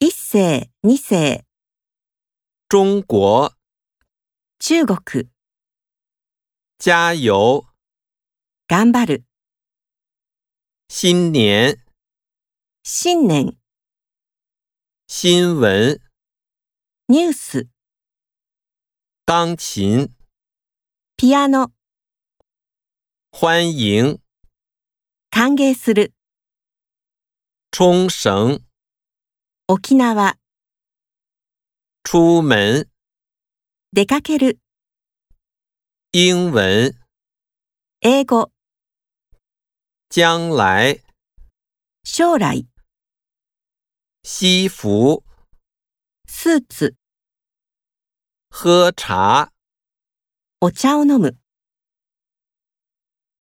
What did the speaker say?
一世、二世、中国，中国、加油！頑張る、新年，新年、新闻，ニュース、钢琴，ピアノ、欢迎，歓迎する、冲绳，沖縄、出门，出かける、英文，英語、将来，将来、西服，スーツ、喝茶。お茶を飲む。